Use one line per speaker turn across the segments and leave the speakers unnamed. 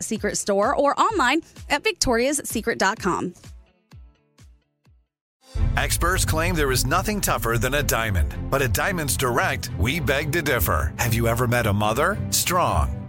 Secret store or online at victoriassecret.com.
Experts claim there is nothing tougher than a diamond, but at Diamonds Direct, we beg to differ. Have you ever met a mother? Strong,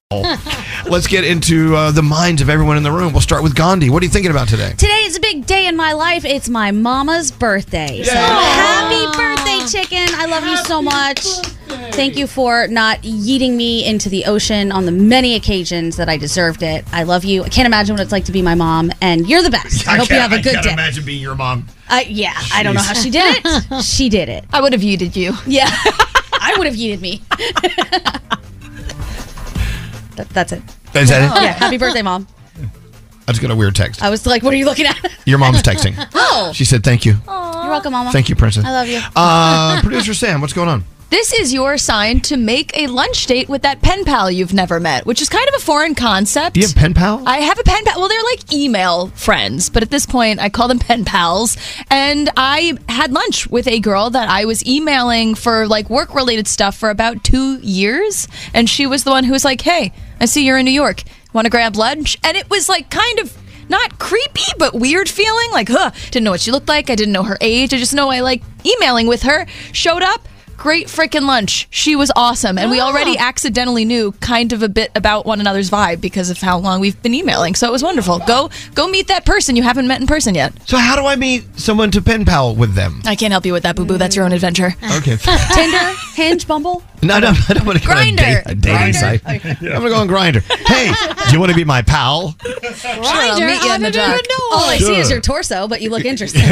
Let's get into uh, the minds of everyone in the room. We'll start with Gandhi. What are you thinking about today?
Today is a big day in my life. It's my mama's birthday. So happy birthday, chicken. I love you so much. Thank you for not yeeting me into the ocean on the many occasions that I deserved it. I love you. I can't imagine what it's like to be my mom, and you're the best. I, hope you have a good day.
imagine being your mom.
Uh, yeah, I don't know how she did it. She did it.
I would have yeeted you.
Yeah, I would have yeeted me. That- that's it.
Is that it?
Yeah, happy birthday, mom.
I just got a weird text.
I was like, what are you looking at?
Your mom's texting.
Oh,
She said, Thank you.
you're welcome, mama.
Thank you, Princess.
I love you.
Uh, Producer Sam, what's going on?
This is your sign to make a lunch date with that pen pal you've never met, which is kind of a foreign concept.
Do you have pen pal?
I have a pen pal. Well, they're like email friends, but at this point, I call them pen pals. And I had lunch with a girl that I was emailing for like work related stuff for about two years. And she was the one who was like, Hey, I see you're in New York. Want to grab lunch? And it was like kind of not creepy, but weird feeling. Like, huh, didn't know what she looked like. I didn't know her age. I just know I like emailing with her. Showed up. Great freaking lunch. She was awesome. And we already accidentally knew kind of a bit about one another's vibe because of how long we've been emailing. So it was wonderful. Go go meet that person you haven't met in person yet.
So, how do I meet someone to pen pal with them?
I can't help you with that, boo boo. That's your own adventure.
Okay.
Tinder, Hinge, Bumble.
No, no, I don't want to go on a
Grindr.
date- a dating site. I'm gonna go on Grinder. Hey, do you want to be my pal?
I'll
Tinder,
meet you
I
in the
don't even
dark.
know. All I see is
Sure.
your torso, but you look interesting.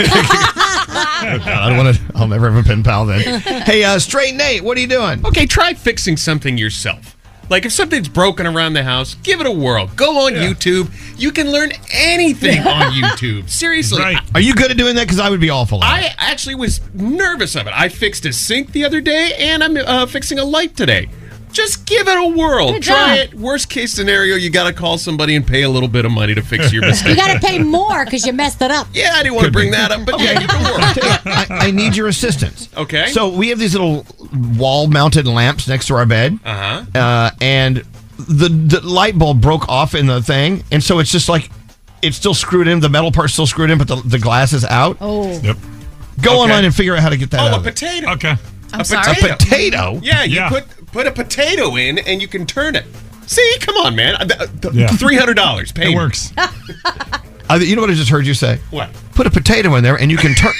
God, I don't want to. I'll never have a pen pal then. Hey, uh, straight Nate, what are you doing?
Okay, try fixing something yourself. Like if something's broken around the house, give it a whirl. Go on YouTube. You can learn anything on YouTube. Seriously.
Right.
Are you good at doing that? Because I would be awful. at it.
I actually was nervous of it. I fixed a sink the other day, and I'm uh, fixing a light today. Just give it a whirl. Try it. Worst case scenario, you got to call somebody and pay a little bit of money to fix your
You
mistake.
got to pay more because you messed it up.
yeah, I didn't want to bring that up, but yeah, give it a whirl.
I, I need your assistance.
Okay.
So we have these little wall-mounted lamps next to our bed,
Uh-huh.
uh, and the, the light bulb broke off in the thing, and so it's just like it's still screwed in. The metal part's still screwed in, but the, the glass is out.
oh,
Yep.
Go
Okay.
online and figure out how to get that.
Oh,
out
a
of it.
potato.
uh, Okay.
I'm
sorry?
A potato.
Yeah, you
Yeah.
put put a potato in and you can turn it. See, come on, man. Uh, th- th-
Yeah.
Three hundred dollars. Pay
It
me.
works.
I, Uh, you know what I just heard you say?
What?
Put a potato in there and you can turn.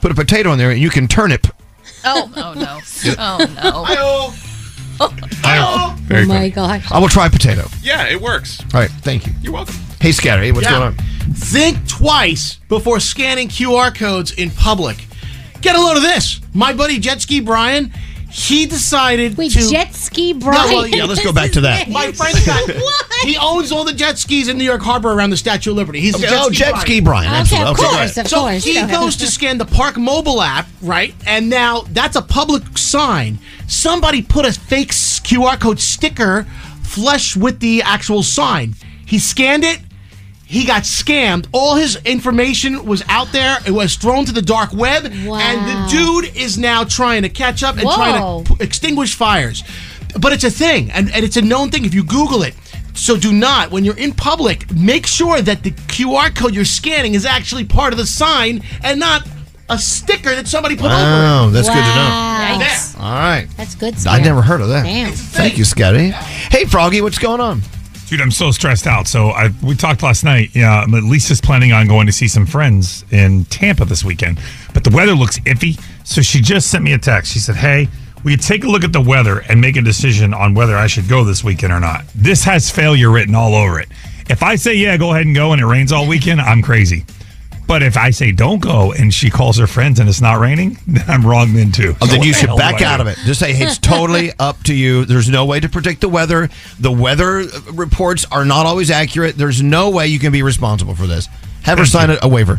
put a potato in there and you can turnip.
Oh, oh no. Oh no.
Oh, Very
oh my
funny.
gosh.
I will try potato.
Yeah, it works.
All right, thank you.
You're welcome.
Hey, Scattery, what's
Yeah.
going on?
Think twice before scanning QR codes in public. Get a load of this. My buddy Jet Ski Brian, he decided
Wait,
to
jet ski Brian.
well,
yeah, let's go back to that.
My friend got he owns all the jet skis in New York Harbor around the Statue of Liberty. He's a jet
oh,
ski
Jet
Brian.
Ski Brian.
Okay,
Absolutely.
of
Okay, go
course,
ahead.
of
so
course.
he goes to scan the Park Mobile app, right? And now that's a public sign. Somebody put a fake s- QR code sticker flush with the actual sign. He scanned it. He got scammed. All his information was out there. It was thrown to the dark web.
Wow.
And the dude is now trying to catch up and
Whoa.
trying to p- extinguish fires. But it's a thing, and, and it's a known thing if you Google it. So do not, when you're in public, make sure that the QR code you're scanning is actually part of the sign and not a sticker that somebody put over
Oh, that's
Wow.
good to know.
Yikes.
All right.
Ah, That's good
I
stuff.
never heard of that.
Damn.
Thank you, Scotty. Hey, Froggy, what's going on?
Dude, I'm so stressed out. So I we talked last night. Yeah, but Lisa's planning on going to see some friends in Tampa this weekend, but the weather looks iffy. So she just sent me a text. She said, "Hey, will you take a look at the weather and make a decision on whether I should go this weekend or not? This has failure written all over it. If I say yeah, go ahead and go, and it rains all weekend, I'm crazy." But if I say don't go and she calls her friends and it's not raining, then I'm wrong then too.
Oh,
So
then
what
you
the
should
hell do I
back
do?
out of it. Just say hey, it's totally up to you. There's no way to predict the weather. The weather uh, reports are not always accurate. There's no way you can be responsible for this. Have her sign a, a waiver.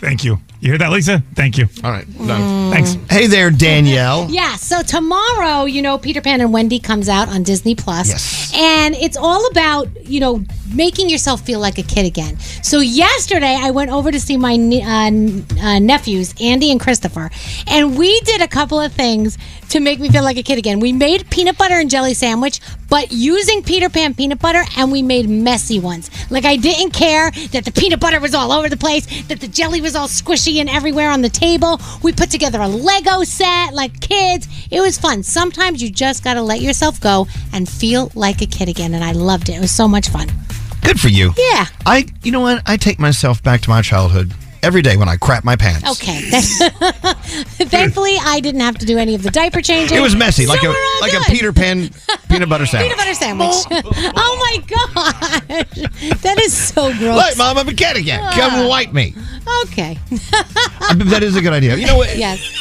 Thank you. You hear that, Lisa? Thank you.
All right, done.
Thanks.
Mm. Hey there, Danielle.
Yeah, so tomorrow, you know, Peter Pan and Wendy comes out on Disney Plus.
Yes.
And it's all about, you know, making yourself feel like a kid again. So yesterday, I went over to see my ne- uh, n- uh, nephews, Andy and Christopher, and we did a couple of things to make me feel like a kid again. We made peanut butter and jelly sandwich, but using Peter Pan peanut butter, and we made messy ones. Like I didn't care that the peanut butter was all over the place, that the jelly was all squishy and everywhere on the table. We put together a Lego set, like kids. It was fun. Sometimes you just got to let yourself go and feel like a kid again. And I loved it. It was so much fun.
Good for you.
Yeah.
I, you know what? I take myself back to my childhood every day when I crap my pants.
Okay. Thankfully, I didn't have to do any of the diaper changing.
It was messy, like
So
a
we're all
like
good.
a Peter Pan peanut butter sandwich.
peanut butter sandwich. oh my gosh. That is so
Look,
gross.
Mom, I'm a kid again.
Ah.
Come wipe me.
Okay.
I mean, that is a good idea. You know what?
Yes.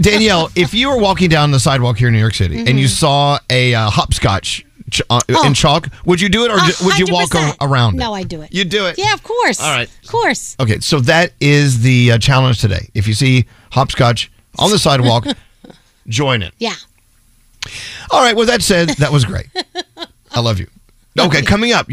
Danielle, if you were walking down the sidewalk here in New York City and
Mm-hmm.
you saw a uh, hopscotch ch- uh,
Oh.
in chalk, would you do it or ju- would you walk ar-
100%.
around?
Uh, No, I do it.
You do it.
Yeah, of course.
All right.
Of course.
Okay, so that is the uh, challenge today. If you see hopscotch on the sidewalk, join it.
Yeah.
All right. Well, that said, that was great. I love you. Okay, coming up.